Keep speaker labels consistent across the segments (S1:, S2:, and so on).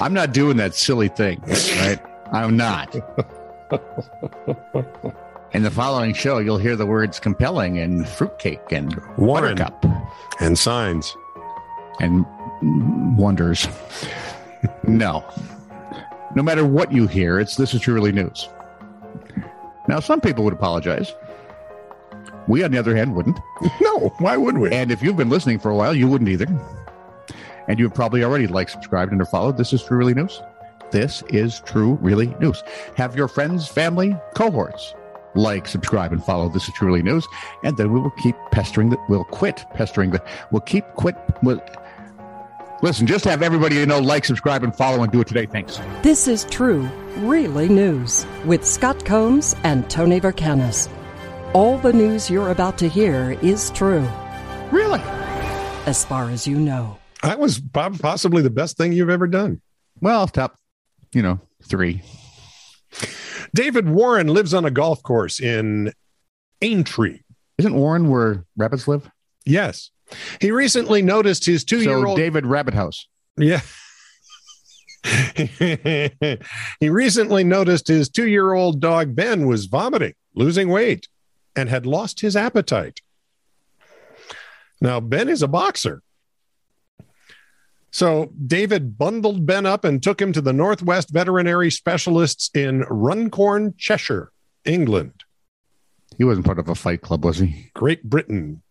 S1: I'm not doing that silly thing, right? I'm not. In the following show, you'll hear the words compelling and fruitcake and
S2: Warren.
S1: buttercup
S2: And signs.
S1: and wonders. no. No matter what you hear, it's this is truly news. Now, some people would apologize. We, on the other hand, wouldn't.
S2: No, why would we?
S1: And if you've been listening for a while, you wouldn't either. And you've probably already liked, subscribed, and or followed. This is True Really News. This is True Really News. Have your friends, family, cohorts like, subscribe, and follow. This is True Really News. And then we will keep pestering the, we'll quit pestering the, we'll keep quit. We'll, listen, just have everybody you know like, subscribe, and follow, and do it today. Thanks.
S3: This is true, really news with Scott Combs and Tony Vercanis. All the news you're about to hear is true,
S1: Really?
S3: as far as you know.
S2: That was prob- possibly the best thing you've ever done.
S1: Well, top, you know, three.
S2: David Warren lives on a golf course in Aintree.
S1: Isn't Warren where rabbits live?
S2: Yes. He recently noticed his two year
S1: So
S2: old.
S1: David Rabbit House.
S2: Yeah. he recently noticed his two year old dog Ben was vomiting, losing weight, and had lost his appetite. Now, Ben is a boxer. So, David bundled Ben up and took him to the Northwest Veterinary Specialists in Runcorn, Cheshire, England.
S1: He wasn't part of a fight club, was he?
S2: Great Britain.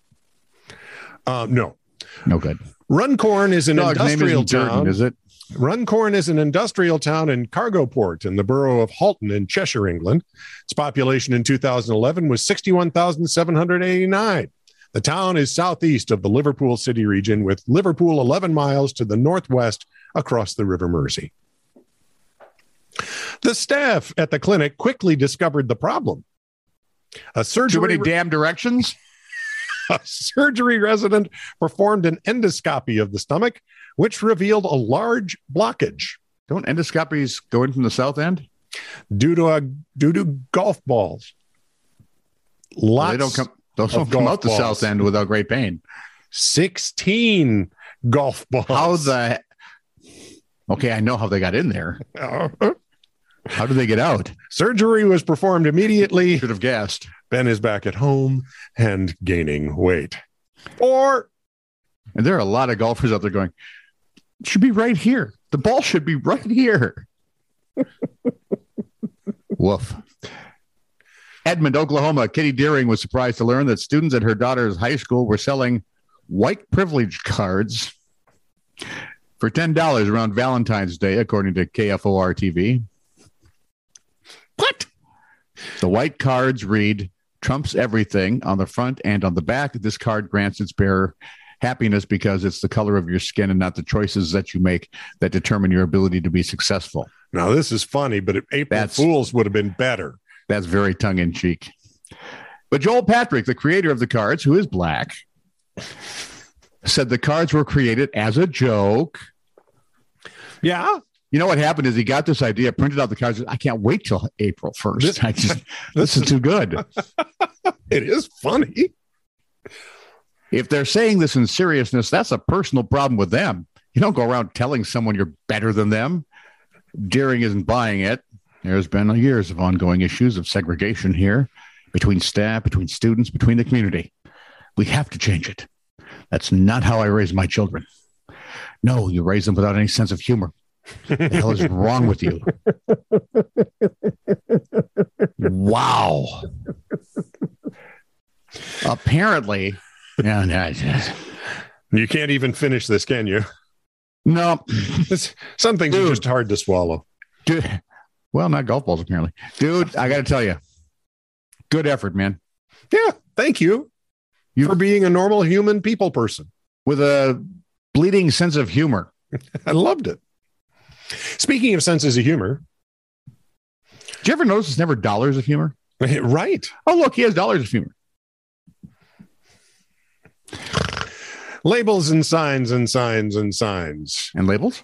S2: Uh, no,
S1: No good.
S2: Runcorn is an
S1: Dog's name
S2: industrial
S1: isn't
S2: town.
S1: Durden, is it?
S2: Runcorn is an industrial town and cargo port in the borough of Halton in Cheshire, England. Its population in 2011 was 61,789. The town is southeast of the Liverpool city region, with Liverpool 11 miles to the northwest across the River Mersey. The staff at the clinic quickly discovered the problem. A
S1: Too
S2: surgery
S1: many damn directions.
S2: a surgery resident performed an endoscopy of the stomach, which revealed a large blockage
S1: Don't endoscopies go in from the south end?
S2: due to a due to golf balls. Lots,
S1: Well, they don't come. Those don't
S2: of
S1: come
S2: golf
S1: out the
S2: balls.
S1: south end without great pain.
S2: sixteen golf balls.
S1: How the? Okay, I know how they got in there. How did they get out?
S2: Uh, surgery was performed immediately.
S1: Should have guessed.
S2: Ben is back at home and gaining weight. Or
S1: And there are a lot of golfers out there going. "It Should be right here. The ball should be right here. Woof. Edmond, Oklahoma. Kitty Deering was surprised to learn that students at her daughter's high school were selling white privilege cards for ten dollars around Valentine's Day, according to KFOR TV.
S2: what?
S1: The white cards read Trump's everything on the front and on the back. This card grants its bearer happiness because it's the color of your skin and not the choices that you make that determine your ability to be successful.
S2: Now this is funny, but if April
S1: That's-
S2: Fools would have been better.
S1: That's very tongue in cheek. But Joel Patrick, the creator of the cards, who is black, said the cards were created as a joke.
S2: Yeah.
S1: You know what happened is he got this idea, printed out the cards. I can't wait till April 1st.
S2: This-
S1: I just,
S2: This
S1: this is
S2: is
S1: too good.
S2: it is funny.
S1: If they're saying this in seriousness, that's a personal problem with them. You don't go around telling someone you're better than them. Deering isn't buying it. There's been years of ongoing issues of segregation here between staff, between students, between the community. We have to change it. That's not how I raise my children. No, you raise them without any sense of humor. The hell is wrong with you? Wow. Apparently, no, no, it's-
S2: You can't even finish this, can you?
S1: no,
S2: It's, some things are
S1: Dude.
S2: just hard to swallow.
S1: dude. Well, not golf balls apparently, dude. I got to tell you, good effort, man.
S2: Yeah. Thank you,
S1: You-
S2: for being a normal human people person.
S1: With a bleeding sense of humor.
S2: I loved it. Speaking of senses of humor,
S1: Did you ever notice it's never dollars of humor?
S2: right.
S1: Oh, look, he has dollars of humor.
S2: Labels and signs and signs and signs.
S1: And labels.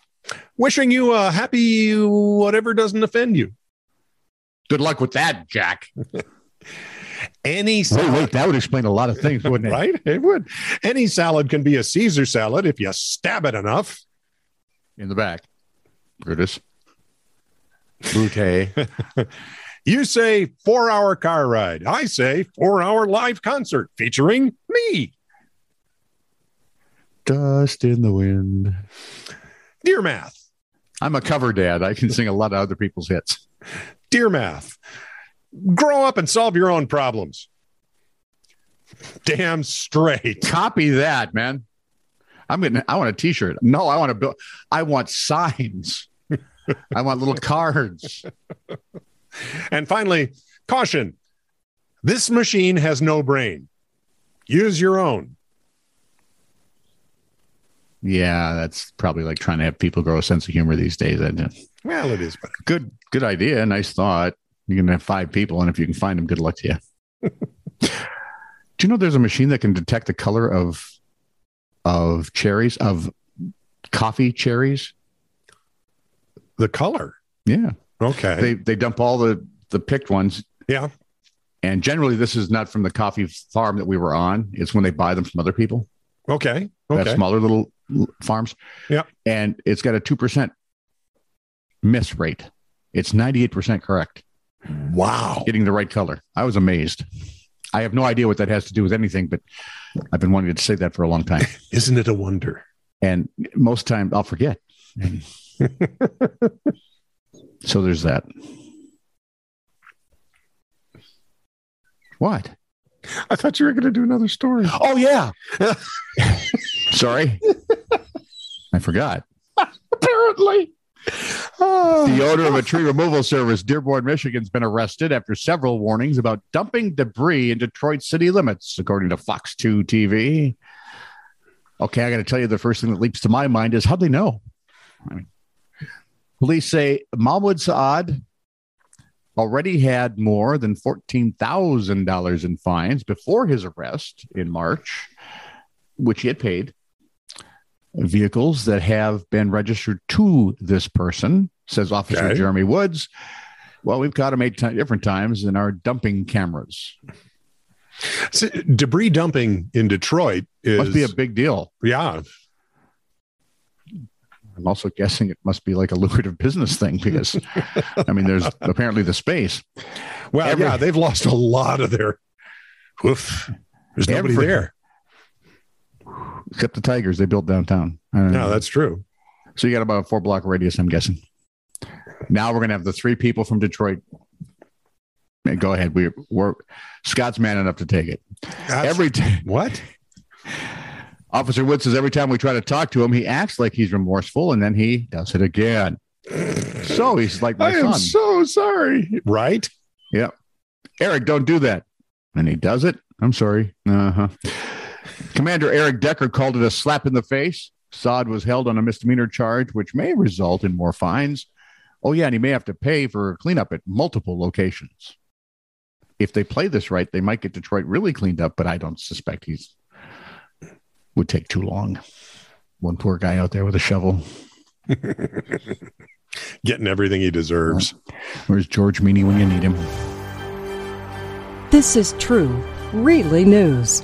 S2: Wishing you a happy whatever doesn't offend you.
S1: Good luck with that, Jack.
S2: Any
S1: Wait,
S2: salad,
S1: wait, that would explain a lot of things, wouldn't it?
S2: right? It would. Any salad can be a Caesar salad if you stab it enough.
S1: In the back. Brutus. Brute.
S2: You say four hour car ride. I say four hour live concert featuring me.
S1: Dust in the wind.
S2: Dear math.
S1: I'm a cover dad. I can sing a lot of other people's hits.
S2: Dear math. Grow up and solve your own problems. Damn straight.
S1: Copy that, man. I'm getting. I want a T-shirt. No, I want to build. I want signs. I want little cards.
S2: And finally, caution. This machine has no brain. Use your own.
S1: Yeah, that's probably like trying to have people grow a sense of humor these days. Isn't it?
S2: Well, it is, but
S1: Good, good idea. Nice thought. You can have five people, and if you can find them, good luck to you. Do you know there's a machine that can detect the color of of cherries of coffee cherries?
S2: the color.
S1: Yeah,
S2: Okay.
S1: they they dump all the the picked ones.
S2: Yeah.
S1: And generally, this is not from the coffee farm that we were on. It's when they buy them from other people.
S2: okay.
S1: that
S2: Okay.
S1: smaller little l- farms.
S2: Yep.
S1: And it's got a 2% miss rate. It's 98% correct,
S2: Wow.
S1: getting the right color. I was amazed. I have no idea what that has to do with anything, but I've been wanting to say that for a long time.
S2: Isn't it a wonder?
S1: And most times I'll forget. And- so there's that. What?
S2: I thought you were going to do another story.
S1: Oh, yeah. Sorry. I forgot.
S2: Apparently. Ah.
S1: The uh, owner of a tree removal service, Dearborn, Michigan, has been arrested after several warnings about dumping debris in Detroit city limits, according to Fox 2 TV. Okay, I got to tell you, the first thing that leaps to my mind is how'd they know? I mean, police say Mahmoud Saad already had more than $14,000 in fines before his arrest in March, which he had paid vehicles that have been registered to this person, says Officer
S2: Okay.
S1: Jeremy Woods. Well, we've caught him eight ti- different times in our dumping cameras.
S2: See, debris dumping in Detroit is
S1: must be a big deal.
S2: yeah.
S1: I'm also guessing it must be like a lucrative business thing because, I mean, there's apparently the space.
S2: Well,
S1: Every-
S2: yeah, they've lost a lot of their. Woof. There's nobody
S1: Every-
S2: there.
S1: Except the Tigers, they built downtown. I don't know.
S2: No, that's true.
S1: so you got about a four block radius, I'm guessing. Now we're gonna have the three people from Detroit. Man, Go ahead. We, we're Scott's man enough to take it.
S2: That's-
S1: Every time.
S2: what?
S1: Officer Wood says every time we try to talk to him, he acts like he's remorseful and then he does it again. So he's like my
S2: I am
S1: son.
S2: so sorry. Right?
S1: Eric, don't do that. And he does it. I'm sorry. Uh-huh. Commander Eric Decker called it a slap in the face. Saad was held on a misdemeanor charge, which may result in more fines. Oh, yeah, and he may have to pay for cleanup at multiple locations. If they play this right, they might get Detroit really cleaned up, but I don't suspect he's would take too long. One poor guy out there with a shovel.
S2: Getting everything he deserves.
S1: Where's George Meany when you need him?
S3: This is true, really news.